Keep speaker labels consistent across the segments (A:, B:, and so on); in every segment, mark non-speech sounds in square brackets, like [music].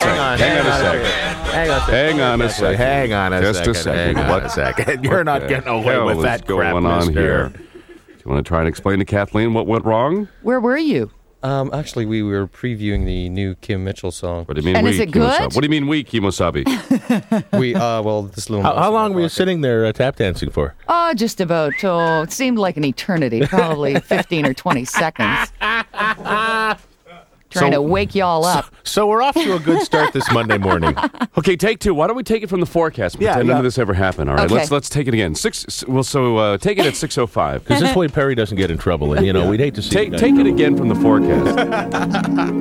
A: Hang on.
B: Hang on a
A: on
B: second.
A: Hang on a second.
B: Hang on a second.
A: Hang on a
B: Just
A: second.
B: a
A: Hang
B: second.
A: on
B: what
A: a second. You're
B: what
A: not
B: the
A: getting away
B: hell
A: with
B: is
A: that crap,
B: going on
A: mister.
B: here. Do you want to try and explain to Kathleen what went wrong?
C: Where were you?
D: Um, actually, we were previewing the new Kim Mitchell song.
B: What do you mean
C: And
B: we,
C: is it
B: Kimosabe?
C: good?
B: What do you mean we, Kimosabi?
D: we uh, well, this little.
A: How, how long were you
D: sitting?
A: sitting there uh, tap dancing for?
C: Oh, just about. Oh, it seemed like an eternity, [laughs] probably 15 or 20 [laughs] seconds. Trying to wake y'all up.
A: So we're off to a good start this Monday [laughs] morning.
B: [laughs] okay, take two. Why don't we take it from the forecast? and
A: Yeah,
B: Pretend none
A: yeah.
B: of this ever happened. All right,
C: Okay.
B: let's let's take it again. Six. s- Well, so uh, take
C: [laughs]
B: it at six oh five.
A: Because this way Perry doesn't get in trouble, and you know we'd hate to see. him
B: Take
A: get
B: take
A: in
B: it
A: trouble.
B: again from the [laughs] forecast.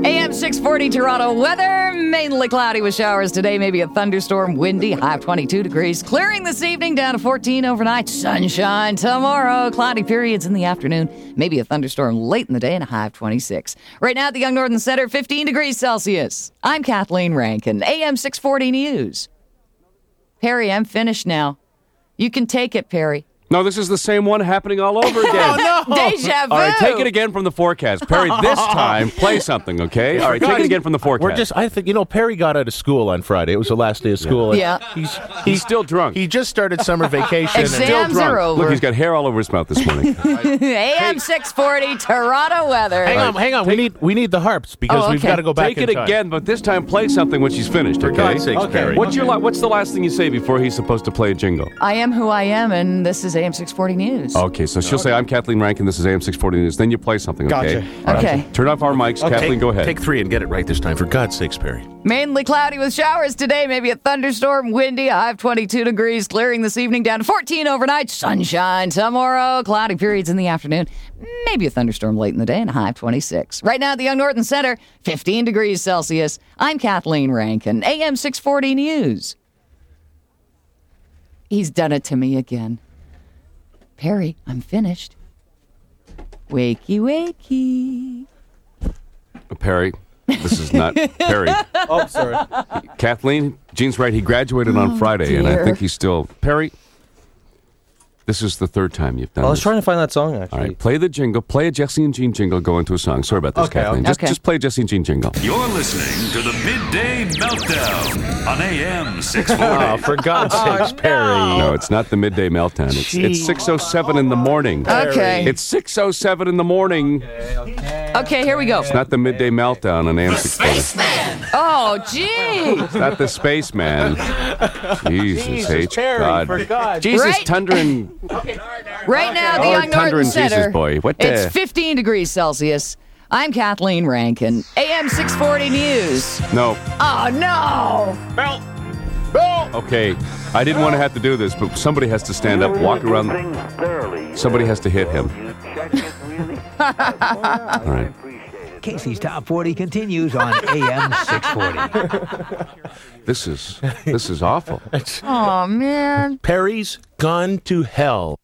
C: AM 640 Toronto weather. Mainly cloudy with showers today, maybe a thunderstorm, windy, high of 22 degrees. Clearing this evening, down to 14 overnight. Sunshine tomorrow, cloudy periods in the afternoon, maybe a thunderstorm late in the day, and a high of 26. Right now at the Young Northern Center, 15 degrees Celsius. I'm Kathleen Rankin, AM 640 News. Perry, I'm finished now. You can take it, Perry.
B: No, this is the same one happening all over again.
C: Oh,
B: [laughs]
C: Deja vu.
B: Oh. All right, take it again from the forecast. Perry,
C: [laughs]
B: this time, play something, okay? All right, take it again from the forecast.
A: We're just. I think you know Perry got out of school on Friday. It was the last day of school.
C: Yeah.
A: and He's
B: He's still drunk.
A: he just started summer vacation. and-
C: Exams are over.
B: Look, he's got hair all over his mouth this
C: [laughs]
B: morning.
C: AM 640 Toronto weather.
A: Hang on, hang on. We need we need the harps because
C: Oh,
A: we've
C: okay.
A: got to go back.
B: Take it
A: in time.
B: again, but this time play something when she's finished, okay?
A: God's sakes, Okay. Perry.
B: What's your la- what's the last thing you say before he's supposed to play a jingle?
C: I am who I am, and this is AM 640 News.
B: Okay, so she'll say, "I'm Kathleen Rankin. This is AM 640 News." Then you play something, okay?
D: Gotcha.
B: All right,
C: Okay.
B: so turn off our mics, Kathleen.
A: Take,
B: Go ahead.
A: Take three and get it right this time, for God's sakes, Perry.
C: Mainly cloudy with showers today, maybe a thunderstorm, windy, high of 22 degrees, clearing this evening down to 14 overnight, sunshine tomorrow, cloudy periods in the afternoon, maybe a thunderstorm late in the day, and a high of 26. Right now at the Young Norton Center, 15 degrees Celsius. I'm Kathleen Rankin, AM 640 News. He's done it to me again. Perry, I'm finished. Wakey, wakey.
B: Uh, Perry, this is
C: [laughs]
B: not Perry.
D: Oh, sorry.
B: Kathleen, Gene's right. He graduated on Friday, and I
C: Oh, dear.
B: think he's still Perry. This is the third time you've done.
D: I was
B: this.
D: trying to find that song actually.
B: All right, play the jingle. Play a Jesse and Gene jingle. Go into a song. Sorry about this,
D: Okay,
B: Kathleen.
D: okay.
B: Just,
C: Okay.
B: just play Jesse and Gene jingle.
E: You're listening to the Midday Meltdown on
B: [laughs]
E: AM 640.
A: Oh, for God's sakes, Perry.
B: No, it's not the midday meltdown. It's, it's
A: Gee.
B: 6.07 in the morning.
C: Okay.
B: It's 6.07 in the morning.
C: Okay, here we go.
B: Not the midday meltdown on AM 640.
C: Oh, gee.
B: It's not the spaceman. Jesus, H. God.
A: God's
B: Jesus,
C: Right.
B: Thunder and...
C: Right now, the
B: Oh,
C: Young
B: Thunder
C: Norton
B: and Jesus
C: Center.
B: boy. What the-
C: It's 15 degrees Celsius. I'm Kathleen Rankin, AM 640 News.
B: No.
C: Oh, no.
B: Okay. I didn't want to have to do this, but somebody has to stand up, walk around. the- Somebody has to hit him. All right.
F: Casey's Top 40 continues on AM 640.
B: This is, this is awful.
C: Oh, man.
A: Perry's gone to hell.